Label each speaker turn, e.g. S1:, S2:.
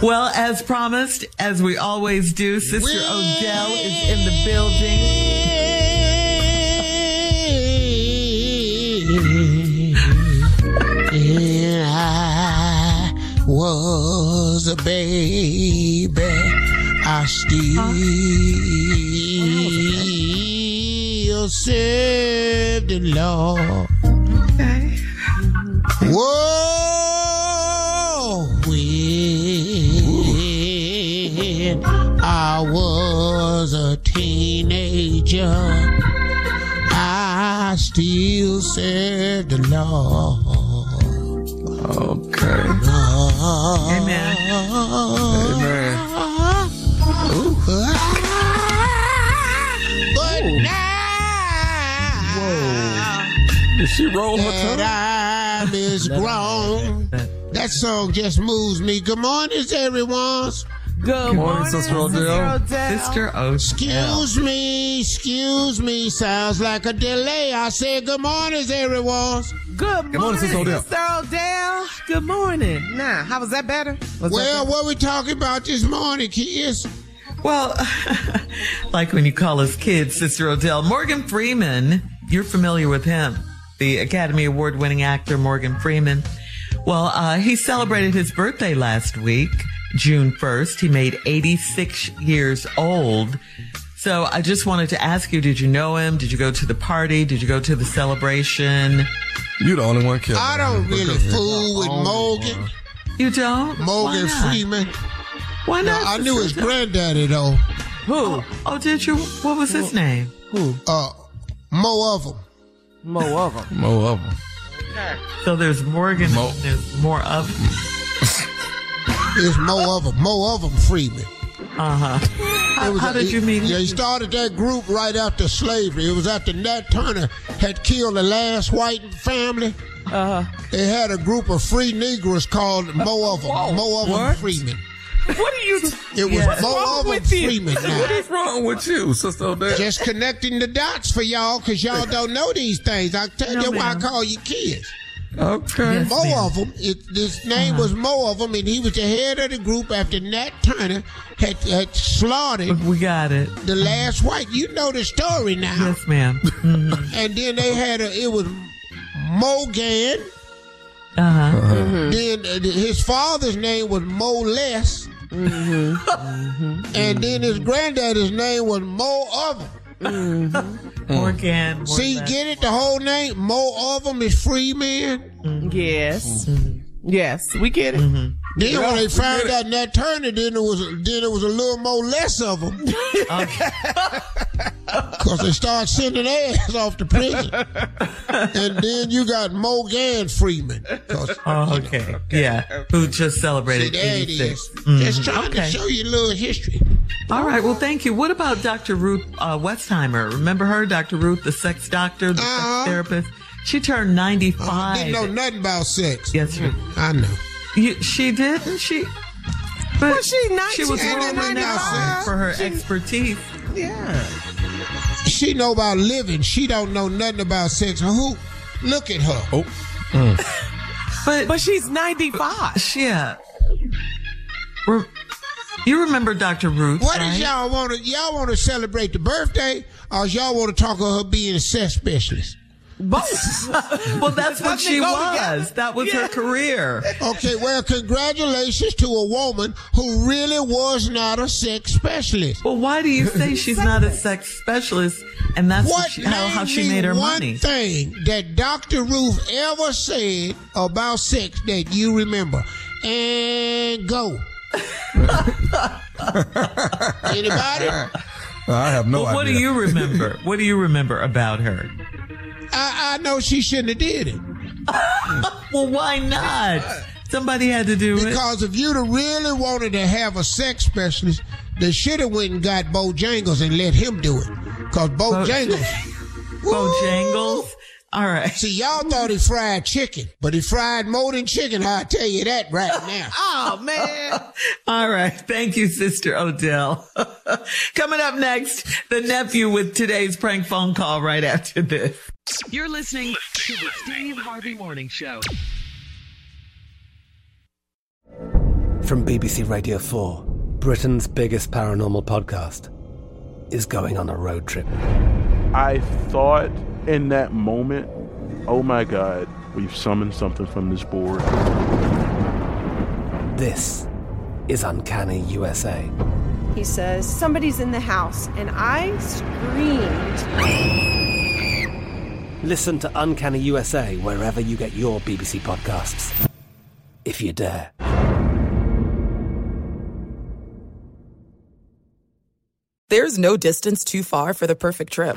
S1: Well, as promised, as we always do, Sister Odell is in the building.
S2: Here I was a baby. I still serve the Lord. Okay. Whoa! When I was a teenager, I still served the Lord.
S3: Okay.
S1: Amen.
S2: Amen. But now
S3: Did she roll her tongue?
S2: that I'm is grown, that song just moves me. Good morning, everyone.
S1: Good
S3: morning,
S1: morning,
S3: Sister
S1: Sister
S3: Odell.
S1: Odell.
S2: Excuse me, excuse me. Sounds like a delay. I said good morning, everyone.
S1: Good morning,
S3: Sister
S1: Sister
S3: Odell.
S1: Odell. Good morning. Nah, how was that better? Was that
S2: Well, what we talking about this morning, kids?
S1: Well, like when you call us kids, Sister Odell. Morgan Freeman, you're familiar with him, the Academy Award winning actor Morgan Freeman. Well, uh, he celebrated his birthday last week, June 1st. He made 86 years old. So I just wanted to ask you, did you know him? Did you go to the party? Did you go to the celebration?
S3: You the only one killed.
S2: I don't really fool with Morgan,
S1: You don't? Why
S2: Morgan
S1: not?
S2: Freeman.
S1: Why not?
S2: I knew his
S1: Sister-
S2: granddaddy though.
S1: Who? Oh, did you? What was his name?
S2: Uh, more of them.
S3: More of them.
S1: So there's Morgan.
S3: Mo-
S1: There's more of
S2: It's more of them. More of them, Freeman.
S1: Uh huh.
S2: It
S1: How,
S2: was
S1: how
S2: a-
S1: did you meet?
S2: Yeah,
S1: him?
S2: he started that group right after slavery. It was after Nat Turner had killed the last white family.
S1: Uh-huh.
S2: They had a group of free Negroes called Mo of 'em, Mo of 'em
S3: What?
S2: Freeman.
S3: What are you? T-
S2: It was Mo of 'em Freeman.
S3: What
S2: Now.
S3: is wrong with you, Sister Odell?
S2: Just connecting the dots for y'all, cause y'all don't know these things. I tell
S1: No,
S2: you why I
S1: ma'am.
S2: call you kids.
S3: okay.
S1: Yes.
S2: Mo
S1: ma'am.
S2: of 'em, It, his name was Mo of 'em, and he was the head of the group after Nat Turner had, had slaughtered
S1: We got it.
S2: the last white. You know the story now.
S1: Yes, ma'am.
S2: And then they had a, it was Mogan.
S1: Uh huh.
S2: Then uh, his father's name was Mo Less. And then his granddaddy's name was Mo Ovum.
S1: Morgan.
S2: See,
S1: Morgan.
S2: get it? The whole name? Mo Ovum is free man.
S4: Yes. Yes, we get it.
S2: Then when they found
S3: good.
S2: out Nat Turner, then it was then it was a little more less of them. Cause they start sending ass off to prison, and then you got Morgan Freeman. 'Cause
S1: Oh, okay. Yeah. Who just celebrated
S2: there it
S1: 86.
S2: is. Just trying to
S1: Okay.
S2: show you a little history.
S1: All right. Well, thank you. What about Dr. Ruth uh, Westheimer? Remember her, Dr. Ruth, the sex doctor, the
S2: Uh-huh.
S1: sex therapist? She turned
S2: I
S1: 95.
S2: didn't know nothing about sex.
S1: yes, you-
S2: I know.
S1: you, she didn't. She. But
S4: Was she
S1: she was
S4: 19
S1: world
S4: and
S1: renowned
S4: 95?
S1: for her expertise.
S4: Yeah.
S2: She know about living. She don't know nothing about sex. Who? Look at her.
S1: But,
S4: But she's 95.
S1: yeah. Re- you remember Dr. Ruth?
S2: What
S1: right?
S2: does y'all want to? Y'all want to celebrate the birthday, or y'all want to talk of her being a sex specialist?
S4: Both.
S1: Well, that's what
S4: Doesn't it
S1: she
S4: go
S1: was.
S4: together?
S1: That was her
S4: Yeah.
S1: career.
S2: Okay, well, congratulations to a woman who really was not a sex specialist.
S1: Well, why do you say she's not a sex specialist? And that's what
S2: What
S1: she, how, how
S2: name
S1: she
S2: me
S1: made her
S2: one
S1: money.
S2: thing that Dr. Ruth ever said about sex that you remember? And go. Anybody?
S3: I have no
S1: Well,
S3: idea.
S1: what do you remember? what do you remember about her?
S2: I, I know she shouldn't have did it.
S1: Well, why not? Somebody had to do it.
S2: Because if you'd have really wanted to have a sex specialist, they should have went and got Bojangles and let him do it. Because Bojangles,
S1: Bojangles. All right.
S2: see, y'all thought he fried chicken, but he fried more than chicken. I tell you that right now.
S4: Oh, man.
S1: All right. Thank you, Sister Odell. Coming up next, the nephew with today's prank phone call right after this.
S5: You're listening to the Steve Harvey Morning Show.
S6: From BBC Radio 4, Britain's biggest paranormal podcast is going on a road trip.
S7: I thought in that moment, oh my God, we've summoned something from this board.
S6: This is Uncanny USA.
S8: He says, Somebody's in the house. And I screamed.
S6: Listen to Uncanny USA wherever you get your BBC podcasts, if you dare.
S9: There's no distance too far for the perfect trip